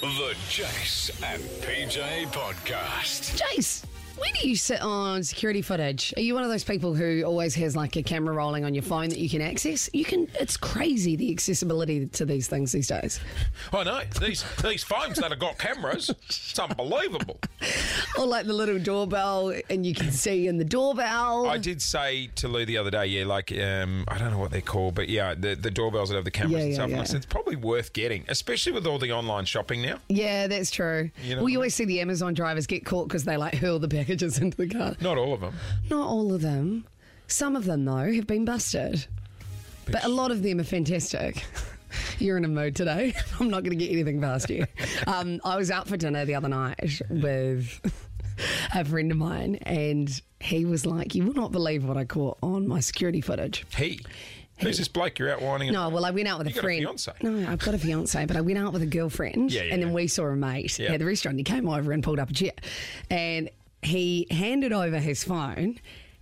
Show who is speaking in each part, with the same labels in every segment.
Speaker 1: The Jace and PJ Podcast.
Speaker 2: Jace, where do you sit on security footage? Are you one of those people who always has like a camera rolling on your phone that you can access? You can. It's crazy the accessibility to these things these days.
Speaker 3: I know Oh, these these phones that have got cameras. It's unbelievable.
Speaker 2: Or like the little doorbell, and you can see in the doorbell.
Speaker 3: I did say to Lou the other day, yeah, like um, I don't know what they're called, but yeah, the, the doorbells that have the cameras
Speaker 2: Yeah,
Speaker 3: and
Speaker 2: yeah,
Speaker 3: stuff. And I
Speaker 2: yeah.
Speaker 3: said it's probably worth getting, especially with all the online shopping now.
Speaker 2: yeah, that's true.
Speaker 3: You know
Speaker 2: well,
Speaker 3: what
Speaker 2: you
Speaker 3: I
Speaker 2: always see the Amazon drivers get caught because they like hurl the packages into the car.
Speaker 3: Not all of them.
Speaker 2: Not all of them. Some of them though have been busted, but a lot of them are fantastic. You're in a mood today. I'm not going to get anything past you. Um, I was out for dinner the other night with a friend of mine, and he was like, "You will not believe what I caught on my security footage."
Speaker 3: He, who's this bloke you're out whining?
Speaker 2: No, well, I went out with
Speaker 3: You
Speaker 2: a
Speaker 3: got a
Speaker 2: friend.
Speaker 3: fiance?
Speaker 2: No, I've got a fiance, but I went out with a girlfriend.
Speaker 3: Yeah, yeah,
Speaker 2: and then
Speaker 3: yeah.
Speaker 2: we saw a mate
Speaker 3: Yeah.
Speaker 2: at the restaurant. He came over and pulled up a chair, and he handed over his phone.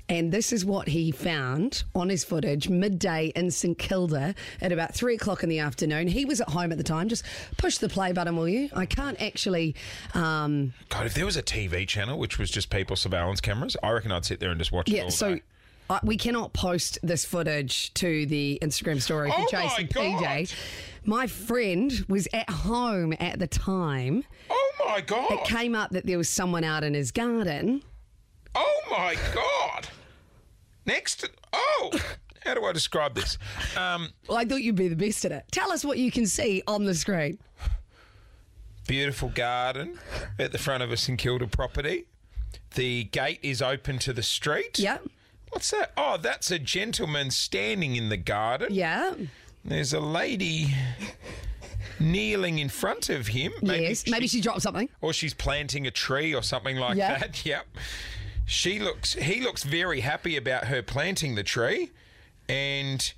Speaker 2: And this is what he found on his footage midday in St Kilda at about three o'clock in the afternoon. He was at home at the time. Just push the play button, will you? I can't actually. Um,
Speaker 3: God, if there was a TV channel which was just people surveillance cameras, I reckon I'd sit there and just watch it.
Speaker 2: yeah,
Speaker 3: all
Speaker 2: so
Speaker 3: day.
Speaker 2: I, we cannot post this footage to the Instagram story for
Speaker 3: Oh my
Speaker 2: Jason
Speaker 3: God.
Speaker 2: PJ. My friend was at home at the time.
Speaker 3: Oh my god!
Speaker 2: It came up that there was someone out in his garden.
Speaker 3: Oh my god! Next, oh, how do I describe this? Um,
Speaker 2: Well, I thought you'd be the best at it. Tell us what you can see on the screen.
Speaker 3: beautiful garden at the front of a St Kilda property. The gate is open to the street.
Speaker 2: Yep.
Speaker 3: What's that? Oh, that's a gentleman standing in the garden.
Speaker 2: Yeah.
Speaker 3: There's a lady kneeling in front of him. Maybe
Speaker 2: yes. Maybe she dropped something.
Speaker 3: or she's planting a tree or something like
Speaker 2: Yeah.
Speaker 3: that. Yep. She looks he looks very happy about her planting the tree and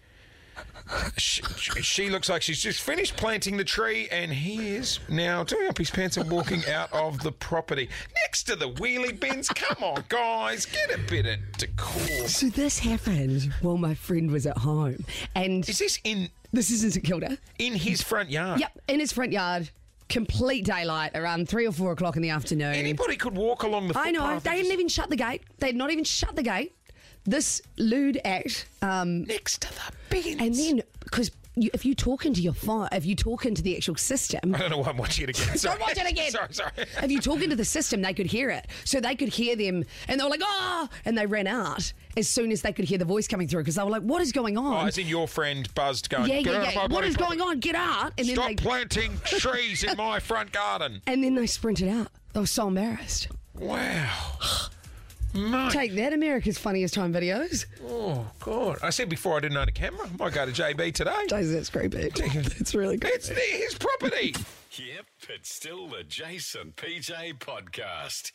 Speaker 3: she, she looks like she's just finished planting the tree and he is now doing up his pants and walking out of the property next to the wheelie bins. Come on, guys, get a bit of decor.
Speaker 2: So this happened while my friend was at home. And
Speaker 3: Is this in
Speaker 2: this isn't St Kilda.
Speaker 3: in his front yard?
Speaker 2: Yep. In his front yard, complete daylight around three or four o'clock in the afternoon.
Speaker 3: Anybody could walk along the
Speaker 2: I know.
Speaker 3: footpath
Speaker 2: They
Speaker 3: and
Speaker 2: hadn't
Speaker 3: just-
Speaker 2: even shut the gate. They had not even shut the gate. This lewd act. Um,
Speaker 3: next to the bins.
Speaker 2: and then, because you, if you talk into your phone, if you talk into the actual system,
Speaker 3: I don't know why I'm watching it again. Sorry.
Speaker 2: Don't watch it again.
Speaker 3: Sorry, sorry.
Speaker 2: if you talk into the system, they could hear it. So they could hear them and they were like, oh, and they ran out as soon as they could hear the voice coming through because they were like, what is going
Speaker 3: Oh,
Speaker 2: on?
Speaker 3: as in your friend buzzed going,
Speaker 2: yeah,
Speaker 3: "Get out
Speaker 2: yeah,
Speaker 3: of my
Speaker 2: yeah. What
Speaker 3: bloody
Speaker 2: is going
Speaker 3: property.
Speaker 2: on? Get out. And then,
Speaker 3: Stop
Speaker 2: they,
Speaker 3: planting trees in my front garden.
Speaker 2: and then they sprinted out. They were so embarrassed.
Speaker 3: Wow. Mate.
Speaker 2: Take that, America's Funniest Home Videos.
Speaker 3: oh, God. I said before I didn't own a camera. I might go to JB today.
Speaker 2: Jeez, that's creepy. That's really creepy.
Speaker 3: It's his property.
Speaker 1: Yep, it's still the Jason PJ Podcast.